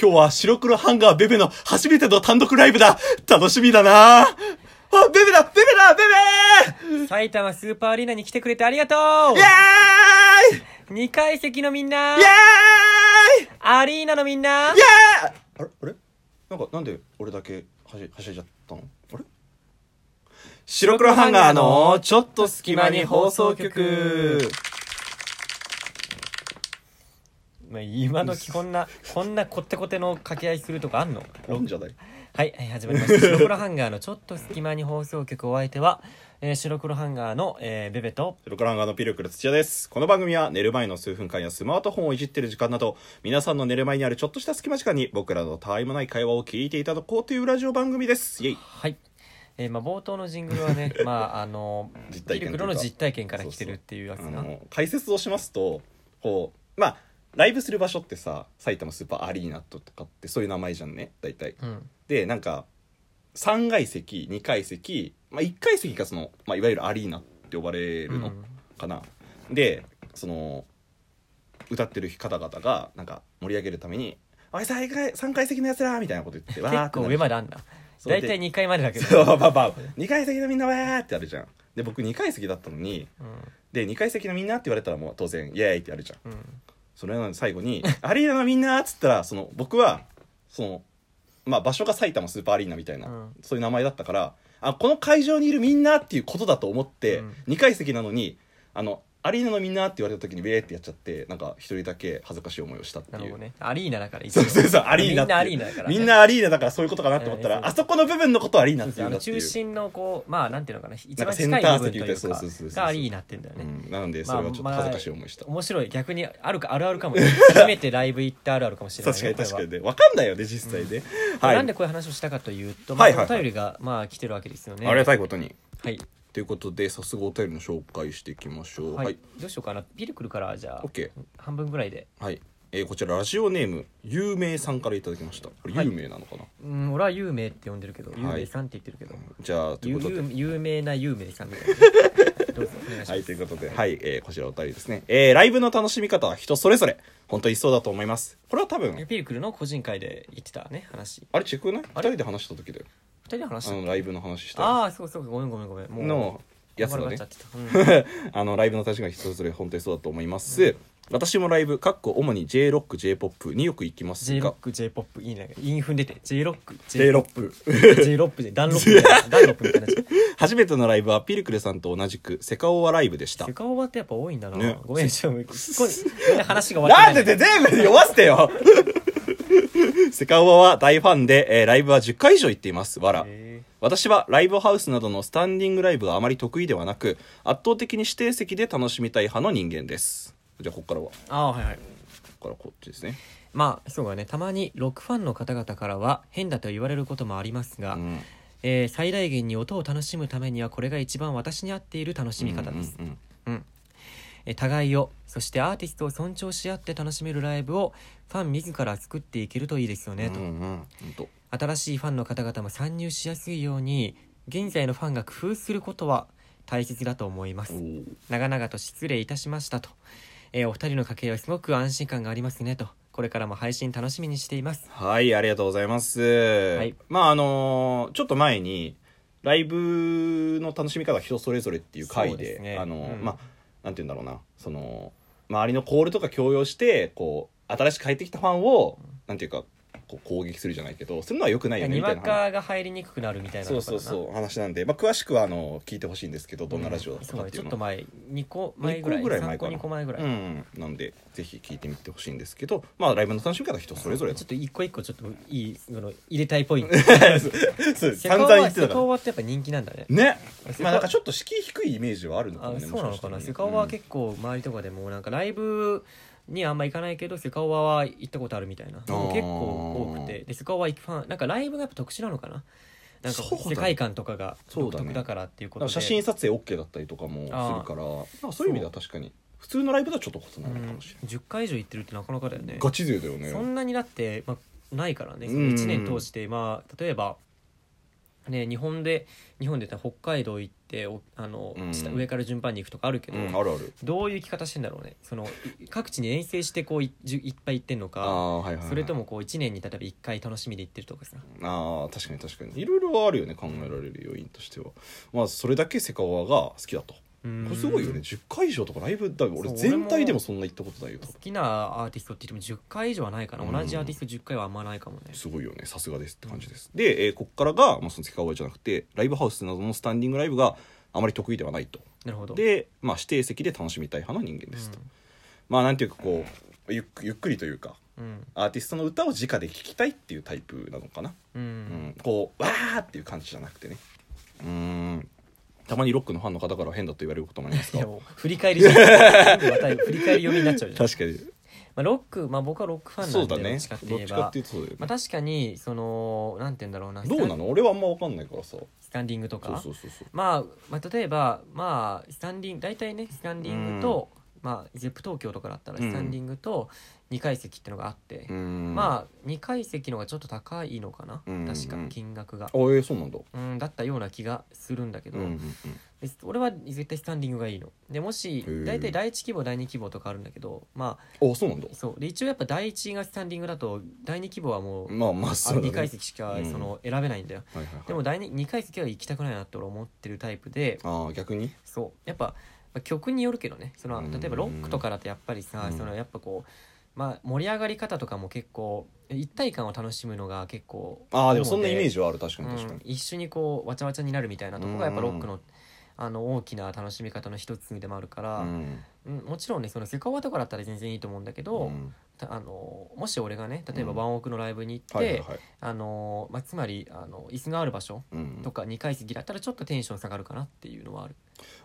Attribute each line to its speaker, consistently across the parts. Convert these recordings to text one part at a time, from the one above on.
Speaker 1: 今日は白黒ハンガーベベの初めての単独ライブだ楽しみだなあ、ベベだベベだベベー
Speaker 2: 埼玉スーパーアリーナに来てくれてありがと
Speaker 1: イェーイ
Speaker 2: う二階席のみんな
Speaker 1: イェーイ
Speaker 2: アリーナのみん
Speaker 1: イエ
Speaker 2: な
Speaker 1: ーイあれあれなんかなんで俺だけはしはしゃいじゃったのあれ白黒ハンガーのちょっと隙間に放送局
Speaker 2: まあ今時こんな、こんなこってこての掛け合いするとかあんの
Speaker 1: ロンじゃない
Speaker 2: はい、はい始まり ました。白黒ハンガーのちょっと隙間に放送局お相手は、えー白黒ハンガーの、えーベベと、
Speaker 1: 白黒ハンガーのピルクル土屋ですこの番組は寝る前の数分間やスマートフォンをいじってる時間など皆さんの寝る前にあるちょっとした隙間時間に僕らのたわいもない会話を聞いていただこうというラジオ番組ですイエイ
Speaker 2: はい。えーまあ冒頭のジングル はね、まああの、
Speaker 1: 実体験というか
Speaker 2: ピルクロの実体験から来てるっていうやつ
Speaker 1: あ
Speaker 2: な。
Speaker 1: の解説をしますとこうまあライブする場所ってさ埼玉スーパーアリーナとかってそういう名前じゃんね大体
Speaker 2: うん。
Speaker 1: でなんか3階席2階席、まあ、1階席がその、まあ、いわゆるアリーナって呼ばれるのかな、でその歌ってる方々がなんか盛り上げるために「おい3階3階席のやつら!」みたいなこと言ってわー
Speaker 2: 結
Speaker 1: って
Speaker 2: 構
Speaker 1: なる
Speaker 2: 上まであんだ。
Speaker 1: そう
Speaker 2: だ
Speaker 1: で
Speaker 2: いたい2階までだけど。
Speaker 1: そうまあまあ2階席のみんなわーってあるじゃんで僕2階席だったのに
Speaker 2: う
Speaker 1: で2階席のみんなって言われたらもう当然イエーイってやるじゃん
Speaker 2: ん。うん。
Speaker 1: それなのに最後に 「アリーナのみんな」っつったらその僕はその、まあ、場所が埼玉スーパーアリーナみたいな、
Speaker 2: うん
Speaker 1: そういう名前だったからあこの会場にいるみんなっていうことだと思って、
Speaker 2: うん
Speaker 1: 2階席なのにあの「アリーナのみんな」って言われた時にウェーってやっちゃってなんか一人だけ恥ずかしい思いをしたって
Speaker 2: なる
Speaker 1: い
Speaker 2: ほ
Speaker 1: う
Speaker 2: ど。ね。アリーナだから一
Speaker 1: そ
Speaker 2: 応
Speaker 1: うそうそうアリーナ
Speaker 2: みんなアリーナだからね
Speaker 1: みんなアリーナだからそういうことかなと思った
Speaker 2: う
Speaker 1: ら
Speaker 2: ん
Speaker 1: あそこの部分のことをアリーナ
Speaker 2: そう
Speaker 1: って
Speaker 2: そう
Speaker 1: い
Speaker 2: あ
Speaker 1: うんだっ
Speaker 2: の
Speaker 1: てい
Speaker 2: 中
Speaker 1: う
Speaker 2: 心のこうまあなんていうのかな一番
Speaker 1: セン
Speaker 2: 近
Speaker 1: タ
Speaker 2: い部
Speaker 1: ー席み
Speaker 2: 分とい
Speaker 1: たいな
Speaker 2: う
Speaker 1: そうそうそう
Speaker 2: か
Speaker 1: そう
Speaker 2: がアリーナってんだよ
Speaker 1: う
Speaker 2: ね
Speaker 1: んなのでそれはちょっと恥ずかしい思いした、
Speaker 2: 面白い逆にあるかあるあるかもしれない 初めてライブ行ったあるあるかもしれない
Speaker 1: 確かに確かに
Speaker 2: こ
Speaker 1: ねわかんないよね実際ね、
Speaker 2: れは
Speaker 1: はい
Speaker 2: なんでこういう話をしたかというとまあ
Speaker 1: はいはい
Speaker 2: お
Speaker 1: はい
Speaker 2: 便りがまあ来てるわけですよね
Speaker 1: ありがたいことに
Speaker 2: はい
Speaker 1: ということで早速お便りの紹介していきましょうは、
Speaker 2: はいいどうしようかなピルクルからじゃあ
Speaker 1: OK
Speaker 2: 半分ぐらいで
Speaker 1: はいえーこちらラジオネーム有名さんからいただきましたこれ
Speaker 2: はい
Speaker 1: 有名なのかな、
Speaker 2: うん俺は有名って呼んでるけど有名さんって言ってるけど
Speaker 1: じゃあという
Speaker 2: 有
Speaker 1: ことで
Speaker 2: 有有名な有名さんみたい などうぞお願いし
Speaker 1: は
Speaker 2: ま
Speaker 1: い、
Speaker 2: す
Speaker 1: ということで、はい、えーこちらお便りですね。えーライブの楽しみ方は人それぞれ、本当にそうだと思います。これは多分、
Speaker 2: ピルクルの個人会で言ってたね話
Speaker 1: あれ、チェックない二
Speaker 2: あれ
Speaker 1: 人で話した時だよ。
Speaker 2: 二人で話し
Speaker 1: あ
Speaker 2: た
Speaker 1: の、ライブの話した
Speaker 2: ああそうそうごめんごめんごめんもう
Speaker 1: のやつだね
Speaker 2: 盛り上がっ。ちゃ ってたうん
Speaker 1: あのライブの立場が人それぞれ本当にそうだと思います、私もライブかっこ主に j ロック j ポップによく行きます
Speaker 2: J ロ
Speaker 1: が
Speaker 2: ック J ポップいいねインフン出て J ロック
Speaker 1: j ロ
Speaker 2: ッ
Speaker 1: ップ
Speaker 2: ク J ロップでダンロッ プみたいなダンロップみたいなやつ
Speaker 1: 初めてのライブはピルクルさんと同じくセカオワライブでした
Speaker 2: セカオバってやっぱ多いんだな、
Speaker 1: ね
Speaker 2: ごめんちょっとここに話が終わ
Speaker 1: な
Speaker 2: っ
Speaker 1: ん
Speaker 2: て
Speaker 1: で
Speaker 2: な
Speaker 1: で全
Speaker 2: い
Speaker 1: 部で酔わせてよ セカオワは大ファンで、えーライブは10回以上行っていますわら
Speaker 2: へ
Speaker 1: 私はライブハウスなどのスタンディングライブがあまり得意ではなく圧倒的に指定席で楽しみたい派の人間ですじゃあこっからはこ
Speaker 2: ーああはいはい
Speaker 1: っからこっちですね、
Speaker 2: まあそうだねたまにロックファンの方々からは変だと言われることもありますが、
Speaker 1: うん、
Speaker 2: えー最大限に音を楽しむためにはこれが一番私に合っている楽しみ方です、
Speaker 1: うんうん
Speaker 2: うん、え互いをそしてアーティストを尊重し合って楽しめるライブをファン自ら作っていけるといいです
Speaker 1: う
Speaker 2: よ
Speaker 1: ん
Speaker 2: ね、
Speaker 1: うんうんほんと
Speaker 2: と新しいファンの方々も参入しやすいように現在のファンが工夫することは大切だと思いま
Speaker 1: お
Speaker 2: す
Speaker 1: ー
Speaker 2: 長々と失礼いたしましたと、えーお二人の掛け合いはすごく安心感がありますねとこれからも配信楽しみにしています
Speaker 1: はい、ありがとうございます。
Speaker 2: い
Speaker 1: まあ、あのーちょっと前に、ライブの楽しみ方は人それぞれっていう回
Speaker 2: そうで
Speaker 1: で、
Speaker 2: すね
Speaker 1: あのー
Speaker 2: うん
Speaker 1: まあ、なんて言うんだろうな、その、周りのコールとか強要して、こう、新しく帰ってきたファンを、なんていうか、こう攻撃するじゃないけど、そういうのは良くないよね、
Speaker 2: に
Speaker 1: みた
Speaker 2: わ
Speaker 1: いな話。
Speaker 2: かが入りにくくなるみたいな
Speaker 1: そうそう
Speaker 2: う
Speaker 1: そう、話なんで、まあ、詳しくは、あの、聞いてほしいんですけど、どんなラジオだったかって
Speaker 2: ち
Speaker 1: い
Speaker 2: ょ
Speaker 1: う
Speaker 2: っ
Speaker 1: の
Speaker 2: と
Speaker 1: は。
Speaker 2: 前2個前ぐらい
Speaker 1: 二個ぐらい前
Speaker 2: 3個
Speaker 1: かな
Speaker 2: 2個前ぐらい、
Speaker 1: うん、なんでぜひ聞いてみてほしいんですけどまあライブの楽しみ方は人それぞれ
Speaker 2: ちょっと一個一個ちょっといいその入れたいポイント
Speaker 1: そう
Speaker 2: セ
Speaker 1: 散
Speaker 2: カオ
Speaker 1: 々
Speaker 2: ワ
Speaker 1: 言ってたか
Speaker 2: セカ
Speaker 1: ら
Speaker 2: オワってやっぱ人気なんだね
Speaker 1: ね
Speaker 2: セカ
Speaker 1: まあなんかちょっと敷居低いイメージはあるのかも
Speaker 2: あ
Speaker 1: ね
Speaker 2: そうなのかな
Speaker 1: もし
Speaker 2: セ
Speaker 1: し
Speaker 2: カ
Speaker 1: たら
Speaker 2: オ
Speaker 1: ね
Speaker 2: ワは結構周りとかでもなんかライブにあんま行かないけどセカオワは行ったことあるみたいな
Speaker 1: あ
Speaker 2: 結
Speaker 1: ー
Speaker 2: 構多くてでセカオワ行くファンなんかライブがやっぱ特殊なのかななんか
Speaker 1: そうだね
Speaker 2: 世界観とかが
Speaker 1: そう
Speaker 2: 独
Speaker 1: だね
Speaker 2: 特だからっていうこ
Speaker 1: な
Speaker 2: と
Speaker 1: ん
Speaker 2: で
Speaker 1: か写真撮影 OK だったりとかもするからまあそういう意味では確かに普通のライブとはちょっと異
Speaker 2: う
Speaker 1: なるか
Speaker 2: ん
Speaker 1: もしれない、
Speaker 2: 10回以上行ってるってなかなかだよね
Speaker 1: ガチ勢だよね
Speaker 2: そんなにだって、まあ、ないからね
Speaker 1: うん
Speaker 2: その1年通して、まあ、例えばね、日本で日本で言ったら北海道行っておあの、
Speaker 1: うん
Speaker 2: 下上から順番に行くとかあるけ
Speaker 1: う
Speaker 2: ど、
Speaker 1: んあるある
Speaker 2: どういう生き方してんだろうねそのい各地に遠征してこういじゅいっぱい行ってんの
Speaker 1: あ
Speaker 2: か
Speaker 1: あはいはいはい
Speaker 2: それともこう1年に例えば1回楽しみで行ってるとかさ
Speaker 1: あー確かに確かにいろいろあるよね考えられる要因としてはまあそれだけセカオワが好きだと
Speaker 2: うーん
Speaker 1: これすごいよね10回以上とかライブだよ俺
Speaker 2: そう
Speaker 1: 全体でもそんな行ったことないよ多
Speaker 2: 好
Speaker 1: 分
Speaker 2: きなアーティストって言っても10回以上はないかな
Speaker 1: うん
Speaker 2: 同じアーティスト10回はあんまないかもね
Speaker 1: すごいよねさすがですって感じです、で、えーこっからが、まあ、そのセカオワじゃなくてライブハウスなどのスタンディングライブがあまり得意ではないと
Speaker 2: なるほど
Speaker 1: で、まあ、指定席で楽しみたい派の人間ですと、
Speaker 2: うん
Speaker 1: まあなんていうかこうゆっゆっくりというか
Speaker 2: うん
Speaker 1: アーティストの歌を直で聴きたいっていうタイプなのかな
Speaker 2: うん、
Speaker 1: うん、こうわーっていう感じじゃなくてねうーんたまにロックのファンの方から変だと言われることもあり ます
Speaker 2: いや
Speaker 1: が
Speaker 2: もう振り返りじゃん 全部また振り返り読みになっちゃうじゃん、
Speaker 1: 確かに
Speaker 2: まあ、ロック、まあ、僕はロックファン
Speaker 1: そ
Speaker 2: な
Speaker 1: うん
Speaker 2: で
Speaker 1: だ
Speaker 2: ど
Speaker 1: ね
Speaker 2: っちかって
Speaker 1: ど
Speaker 2: 言
Speaker 1: っ
Speaker 2: え
Speaker 1: ちか
Speaker 2: ば
Speaker 1: っていうとそうだよね
Speaker 2: まあ、確かにそのなんて言うんだろうな
Speaker 1: どうなの俺はあんま分かんないからさそう
Speaker 2: スタンディングとか
Speaker 1: そうそうそう
Speaker 2: まあ、まあ、例えばまあスタンディング大体ねスタンディングと、まあゼップ東京とかだったら
Speaker 1: うん
Speaker 2: スタンディングと2階席っていうのがあって、
Speaker 1: うーんあ
Speaker 2: まあ2階席の方がちょっと高いのかな、
Speaker 1: うん
Speaker 2: 確
Speaker 1: う
Speaker 2: か
Speaker 1: ん
Speaker 2: 金額が
Speaker 1: え、ー、そうなんだ
Speaker 2: うん、だったような気がするんだけ
Speaker 1: う
Speaker 2: ど、
Speaker 1: んうんうん
Speaker 2: で俺は絶対スタンディングがいいのでもし
Speaker 1: へー
Speaker 2: 大体第1規模第2規模とかあるんだけどま
Speaker 1: あそうなんだ
Speaker 2: あそうで一応やっぱ第1がスタンディングだと第2規模はもう、
Speaker 1: まあまあ
Speaker 2: あ
Speaker 1: そうだ、ね、
Speaker 2: 2階席しか
Speaker 1: うん
Speaker 2: その選べないんだよ、
Speaker 1: はいはいはい
Speaker 2: でも第 2, 階席は行きたくないなって俺思ってるタイプで
Speaker 1: ああ逆に
Speaker 2: そうやっぱまあ曲によるけどねその
Speaker 1: うん
Speaker 2: 例えばロックとかだとやっぱりさ、
Speaker 1: うん
Speaker 2: そのやっぱこうまあ盛り上がり方とかも結構一体感を楽しむのが結構
Speaker 1: ああでもそんなイメー
Speaker 2: ジ
Speaker 1: ジはある確かに確か
Speaker 2: うん
Speaker 1: に、
Speaker 2: 一緒にこうわちゃわちゃになるみたいなとこがやっぱロック
Speaker 1: う
Speaker 2: のあの大きな楽しみ方の一つでもあるか
Speaker 1: う
Speaker 2: ら、
Speaker 1: ん
Speaker 2: うんもちろんねそのセカオワとかだったら全然いいと思うんだけど、
Speaker 1: うん
Speaker 2: たあのもし俺がね例えば
Speaker 1: うん
Speaker 2: ワンオクのライブに行って、
Speaker 1: はいはいはい
Speaker 2: あのまあ、つまりあの椅子がある場所
Speaker 1: うん
Speaker 2: とか2階席だったらちょっとテンション下がるかなっていうのはある。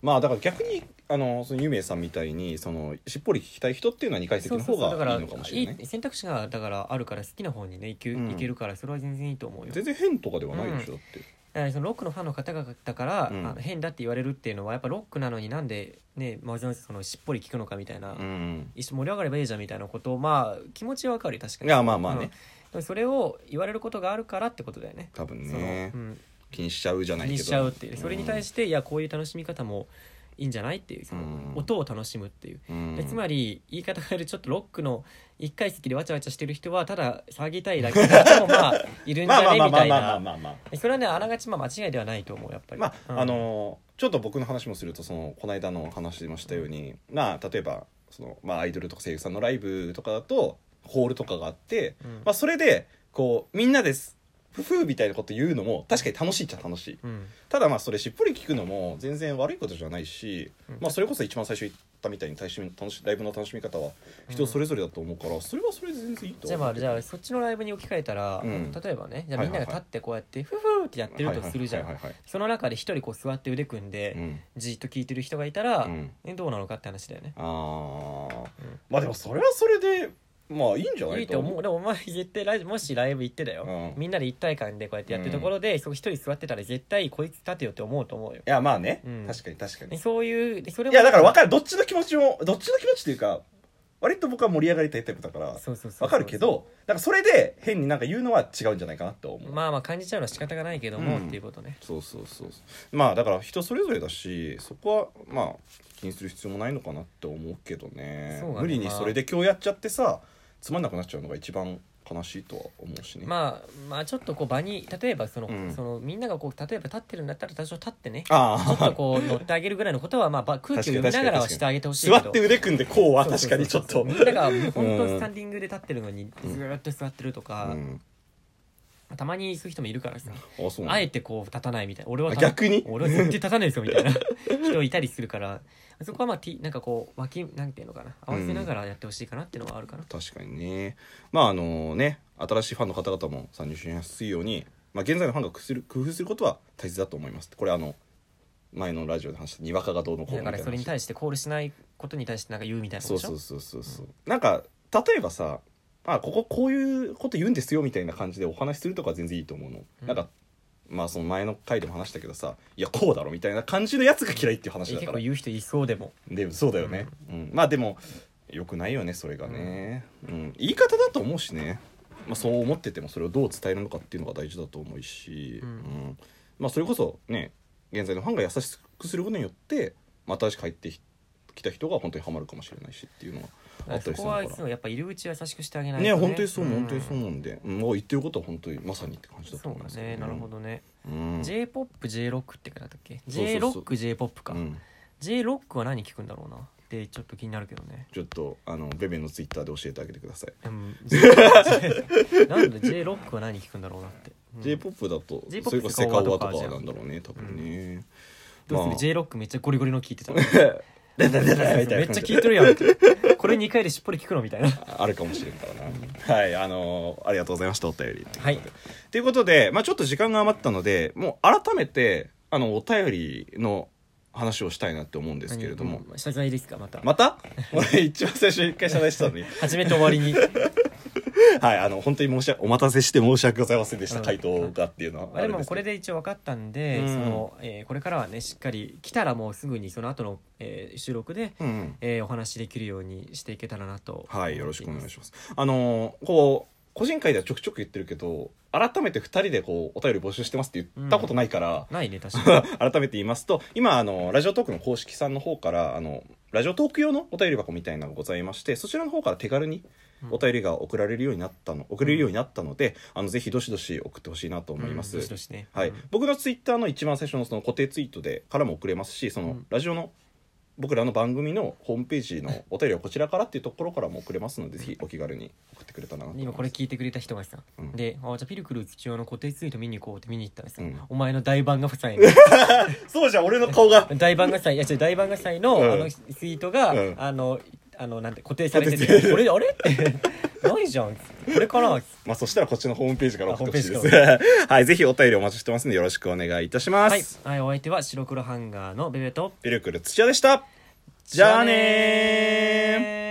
Speaker 1: まあだから逆にあのそのゆめさんみたいにそのしっぽり聞きたい人っていうのは2階席の方が
Speaker 2: だから
Speaker 1: いいのかもしれないね
Speaker 2: いい選択肢がだからあるから好きな方にね行け,、
Speaker 1: うん
Speaker 2: 行けるからそれは全然いいと思うよ
Speaker 1: 全然変とかではないでしょ、だって
Speaker 2: だからそのロックのファンの方々だから、
Speaker 1: うん
Speaker 2: あの変だって言われるっていうのはやっぱロックなのになんでねまずそのしっぽり聞くのかみたいな、
Speaker 1: うん
Speaker 2: 一緒に盛り上がればいいじゃんみたいなことをまあ気持ちはわかるよ確か
Speaker 1: い
Speaker 2: に
Speaker 1: やまあまあね、
Speaker 2: うんでもそれを言われることがあるからってことだよね
Speaker 1: 多分
Speaker 2: その
Speaker 1: ね
Speaker 2: うん、
Speaker 1: 気にしちゃうじゃな
Speaker 2: 気
Speaker 1: いけど
Speaker 2: にしちゃうっていうそれに対して、いやこういう楽しみ方もいいんじゃないっていうその、
Speaker 1: うん
Speaker 2: 音を楽しむっていう
Speaker 1: て、う
Speaker 2: で
Speaker 1: ん、
Speaker 2: つまり言い方変えるとちょっとロックの一階席でわちゃわちゃしてる人はただ騒ぎたいだけの人もまあいるん じ
Speaker 1: まあ
Speaker 2: ゃ
Speaker 1: まあ
Speaker 2: ね
Speaker 1: まあま
Speaker 2: みた
Speaker 1: あ
Speaker 2: い
Speaker 1: まあ
Speaker 2: な
Speaker 1: まあまあ
Speaker 2: それはねあながちまあ間違いではないと思うやっぱり
Speaker 1: まあ、
Speaker 2: うん
Speaker 1: あのちょっと僕の話もするとそのこの間の話しましたように、まあ例えばその、まあ、アイドルとか声優さんのライブとかだとホールとかがあって、
Speaker 2: うん
Speaker 1: まあ、それでこうみんなですふふみたいなこと言うのも確かに楽しいっちゃ楽しい
Speaker 2: うん
Speaker 1: ただまあそれしっぽり聞くのも全然悪いことじゃないし、
Speaker 2: うん
Speaker 1: まあ、それこそ一番最初言ったみたいに楽しみ楽しライブの楽しみ方は人それぞれだと思うから、それはそれで全然いいと
Speaker 2: じゃあ
Speaker 1: 思
Speaker 2: ま
Speaker 1: う
Speaker 2: あ
Speaker 1: けど
Speaker 2: じゃあそっちのライブに置き換えたら、
Speaker 1: うん
Speaker 2: 例えばねじゃあ
Speaker 1: は
Speaker 2: み
Speaker 1: い
Speaker 2: ん
Speaker 1: はいは
Speaker 2: ないが立ってこうやってフフーってやってるとするじゃ
Speaker 1: はい
Speaker 2: ん
Speaker 1: はいはい
Speaker 2: その中で一人こう座って腕組ん
Speaker 1: はい
Speaker 2: で
Speaker 1: うん
Speaker 2: じっと聞いてる人がいたら、
Speaker 1: うん
Speaker 2: えどうなのかって話だよね
Speaker 1: あー
Speaker 2: うん
Speaker 1: まあでもそれはそれでまあいいんじゃない
Speaker 2: いいと思うでもお前絶対ライブもしライブ行ってだよ、
Speaker 1: うん
Speaker 2: みんなで一体感でこうやってやってるところで、そこ一人座ってたら絶対こいつ立てよって思うと思うよ
Speaker 1: いやまあね、
Speaker 2: うん
Speaker 1: 確かに確か
Speaker 2: で
Speaker 1: に
Speaker 2: そういうでそれ
Speaker 1: いやだから分
Speaker 2: る
Speaker 1: かるどっちの気持ちもどっちの気持ちっていうか割と僕は盛り上がりたいタイプだから
Speaker 2: そうそうそうそ
Speaker 1: 分
Speaker 2: う
Speaker 1: かるけどなんかそれで変になんか言うのは違うんじゃないかなって思う、
Speaker 2: まあまあ感じちゃうのは仕方がないけども、
Speaker 1: うん
Speaker 2: っていうことね
Speaker 1: そうそうそうそうまあだから人それぞれだしそこはまあ気にする必要もないのかなって思うけどね
Speaker 2: そうだね
Speaker 1: 無理にそれで今日やっちゃってさつまんなくなっちゃうのが一番悲しいとは思うしね、
Speaker 2: まあまあちょっとこう場に例えばその,、
Speaker 1: うん
Speaker 2: そのみんながこう例えば立ってるんだったら多少立っ てねちょ
Speaker 1: あ
Speaker 2: っ
Speaker 1: あ
Speaker 2: とこう乗ってあげるぐらいのことは、まあ、ば空気
Speaker 1: 確
Speaker 2: を読
Speaker 1: か
Speaker 2: み
Speaker 1: に
Speaker 2: ながら
Speaker 1: 確か
Speaker 2: は
Speaker 1: に
Speaker 2: してあげてほしいけ
Speaker 1: 座
Speaker 2: ど
Speaker 1: って腕組んでこうは確かにちょっ
Speaker 2: そ
Speaker 1: と
Speaker 2: うそうそうみんながもう本当スタンディングで立ってるのに
Speaker 1: うん
Speaker 2: ずーっと座ってるとか、
Speaker 1: うん
Speaker 2: たまにそういう人もいるからさ、
Speaker 1: あそうな
Speaker 2: あ
Speaker 1: んだ
Speaker 2: えてこう立たないみたいな俺は立
Speaker 1: 逆に
Speaker 2: 俺は絶対立たないですよみ たいな人いたりするからそこはまあ、T、なんかこう脇なんていうのかな合わせながらやってほしいかなっていうのはあるかな、
Speaker 1: 確かにねまああのね新しいファンの方々も参入しやすいように、まあ、現在のファンが工夫する工夫することは大切だと思いますこれあの前のラジオで話したにわかがどうのこうのみ
Speaker 2: だか
Speaker 1: たい
Speaker 2: ら
Speaker 1: な
Speaker 2: それに
Speaker 1: 話
Speaker 2: 対してコールしないことに対してなんか言うみたいなこと
Speaker 1: そう
Speaker 2: でしょ
Speaker 1: そうそうそうそう、なんか例えばさあこここういうこと言うんですよみたいな感じでお話しするとかは全然いいと思うの、
Speaker 2: うん
Speaker 1: なんかまあその前の回でも話したけどさいやこうだろみたいな感じのやつが嫌いっていう話
Speaker 2: え
Speaker 1: だか
Speaker 2: 結
Speaker 1: ら
Speaker 2: 構言う人いそうでも
Speaker 1: でそうだよね、うんまあでもよくないよねそれがね、うん言い方だと思うしね、まあ、そう思っててもそれをどう伝えるのかっていうのが大事だと思うし、
Speaker 2: うん
Speaker 1: うんまあ、それこそね現在のファンが優しくすることによって、まあ、新しく入ってきた人が本当にハマるかもしれないしっていうのはあった
Speaker 2: そ
Speaker 1: りす
Speaker 2: こ
Speaker 1: るのか
Speaker 2: は
Speaker 1: ら
Speaker 2: いつもやっぱ入り口は優しくしてあげないと
Speaker 1: ね本当にそう、本当にそうんなんで、うんもう言ってることは本当にまさにって感じだと
Speaker 2: そう
Speaker 1: 思います
Speaker 2: だねなるほ、どね、
Speaker 1: うん、
Speaker 2: j p o p j ロックって書いてあったっけ
Speaker 1: そうそう
Speaker 2: j ロック j p o p か、
Speaker 1: うん
Speaker 2: j ロックは何聞くんだろうなってちょっと気になるけどね
Speaker 1: ちょっとあのベベのツイッターで教えてあげてください、
Speaker 2: うん J- なんで j ロックは何聞くんだろうなって、うん
Speaker 1: j p o p だと
Speaker 2: J-POP
Speaker 1: それこそセカオワと
Speaker 2: とかじ
Speaker 1: か
Speaker 2: ゃん
Speaker 1: なんだろうね多分ね、
Speaker 2: どうする、
Speaker 1: まあ
Speaker 2: j ロックめっちゃゴリゴリの聞 いてた
Speaker 1: だだだだだ
Speaker 2: め
Speaker 1: みいな
Speaker 2: ったちゃ
Speaker 1: 感じ
Speaker 2: 聞いてるやんこれ2回でしっぽり聞くのみたいな
Speaker 1: あるかもしれんからなはいあのーありがとうございましたお便り
Speaker 2: はい
Speaker 1: ということで、まあ、ちょっと時間が余ったのでもう改めてあのお便りの話をしたいなって思うんですけれども、
Speaker 2: 何うん謝罪ですかまた、
Speaker 1: また 俺一番最初に一回謝罪してた のに
Speaker 2: 始めと終わ りに
Speaker 1: はいあの本当に申し訳お待たせして申し訳ございませんでした、
Speaker 2: うん
Speaker 1: 回答がっていうのは
Speaker 2: まあでもこれ
Speaker 1: で
Speaker 2: で一応分かったんで、
Speaker 1: うん
Speaker 2: そのえーこれからはねしっかり来たらもうすぐにその後の、えー収録で、
Speaker 1: す、うんうん、
Speaker 2: えーお話しできるようにしていけたらなと
Speaker 1: はいよろしくお願い
Speaker 2: ま
Speaker 1: しますあのーこう個人会ではちょくちょく言ってるけど改めて2人でこうお便り募集してますって言ったことないから、
Speaker 2: すないね確か
Speaker 1: 改めて言いますと今あのラジオトークの公式さんの方からあのラジオトーク用のお便り箱みたいなのがございましてそちらの方から手軽に
Speaker 2: に
Speaker 1: お便りが送られるようになったの送れるようになったので、あのぜひどしどし送ってほしいなと思います、
Speaker 2: うんどしどしね
Speaker 1: はい
Speaker 2: うん
Speaker 1: 僕のツイッターの一番最初のその固定ツイートでからも送れますしその、
Speaker 2: うん
Speaker 1: ラジオの僕らの番組のホームページのお便りはこちらからっていうところからも送れますので、ぜひお気軽に送ってくれたらなと思いま
Speaker 2: 今
Speaker 1: す
Speaker 2: これ聞いてくれた人がさ、
Speaker 1: うん
Speaker 2: で「あじゃあピルクル土屋の固定ツイート見に行こう」って見に行ったらさ、
Speaker 1: うん
Speaker 2: お前の大番が夫妻の
Speaker 1: そうじゃん俺の顔が
Speaker 2: 大番が祭いや違う大番が祭の,、
Speaker 1: うん
Speaker 2: あのツイートが、
Speaker 1: うん
Speaker 2: あのあのなんて固定されて
Speaker 1: 固定されて
Speaker 2: て「
Speaker 1: る
Speaker 2: これあれ?」って「 ないじゃん」これから
Speaker 1: まあそしたらこっちのホームページから送ってほしいで
Speaker 2: あホ
Speaker 1: す
Speaker 2: ー ム。
Speaker 1: はい、ぜひお便りお待ちしてますんでよろしくお願いいたします。
Speaker 2: はい、はい、お相手は白黒ハンガーのベベと
Speaker 1: ピルクル土屋でした。じゃあねー。
Speaker 2: ー